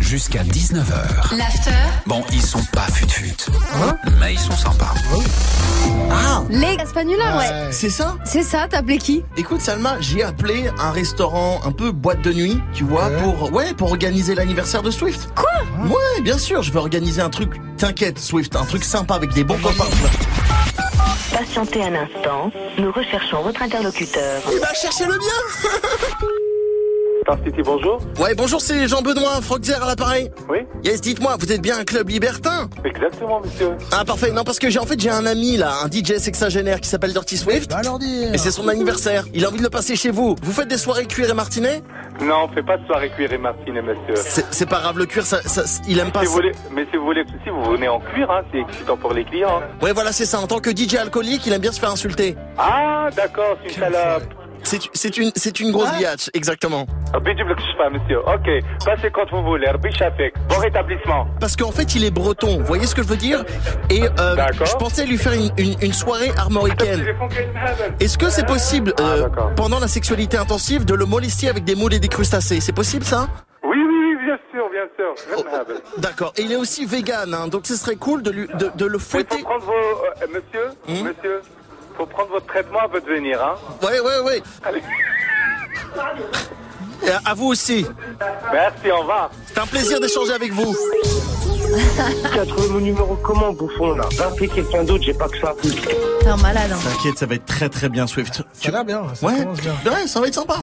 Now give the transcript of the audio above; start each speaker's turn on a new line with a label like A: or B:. A: jusqu'à 19h.
B: L'after,
A: Bon, ils sont pas fut-fut, mais ils sont sympas.
C: Ah
D: Les Espagnolins, ouais.
C: C'est ça
D: C'est ça, t'as appelé qui
C: Écoute Salma, j'ai appelé un restaurant un peu boîte de nuit, tu vois, pour ouais, pour organiser l'anniversaire de Swift. Quoi Ouais, bien sûr, je vais organiser un truc. T'inquiète, Swift, un truc sympa avec des bons copains.
E: Patientez un instant, nous recherchons votre interlocuteur.
C: Il va chercher Eh ben, le bien.
F: Titi, bonjour.
C: Ouais, bonjour, c'est Jean-Benoît Frogzer à l'appareil.
F: Oui,
C: Yes, dites-moi, vous êtes bien un club libertin
F: exactement, monsieur.
C: Ah parfait, non parce que j'ai en fait j'ai un ami là, un DJ sexagénaire qui s'appelle Dirty Swift.
G: Alors dire
C: Et c'est son anniversaire. Il a envie de le passer chez vous. Vous faites des soirées cuir et martinet
F: Non, on fait pas de soirée cuir et martinet, monsieur.
C: C'est c'est pas grave, le cuir, ça, ça- il aime pas.
F: Si vous
C: ça.
F: voulez, mais si vous voulez, si vous venez en cuir, hein, c'est excitant pour les clients.
C: Ouais, voilà, c'est ça. En tant que DJ alcoolique, il aime bien se faire insulter.
F: Ah, d'accord, c'est une salope.
C: C'est c'est une, c'est une grosse biatch, exactement.
F: Ah, bidou bleu que je fais, monsieur. Ok, passez quand vous voulez. Herbie Chafek. Bon rétablissement.
C: Parce qu'en fait, il est breton. Vous voyez ce que je veux dire Et euh,
F: D'accord.
C: je pensais lui faire une, une- une soirée armoricaine. Est-ce que c'est possible,
F: Ah,
C: euh,
F: d'accord.
C: pendant la sexualité intensive, de le molester avec des moules et des crustacés C'est possible ça
F: Oui, oui, oui, bien sûr, bien sûr.
C: Oh, D'accord. Et il est aussi vegan, hein, donc ce serait cool de, lui, de, de le
F: Mais faut
C: fouetter.
F: prendre vos, euh, monsieur,
C: Hmm?
F: monsieur, faut prendre votre traitement à votre venir, hein.
C: Ouais, ouais, ouais.
F: Allez.
C: Et à- à vous aussi.
F: Merci, au revoir.
C: C'est un plaisir d'échanger avec vous.
H: Tu as trouvé mon numéro comment, bouffon, là Va appeler quelqu'un d'autre, j'ai pas que ça.
D: T'es un malade, hein.
C: T'inquiète, ça va être très très bien, Swift.
G: Ça a l'air bien, ça
C: Ouais,
G: commence bien.
C: ouais, ça va être sympa.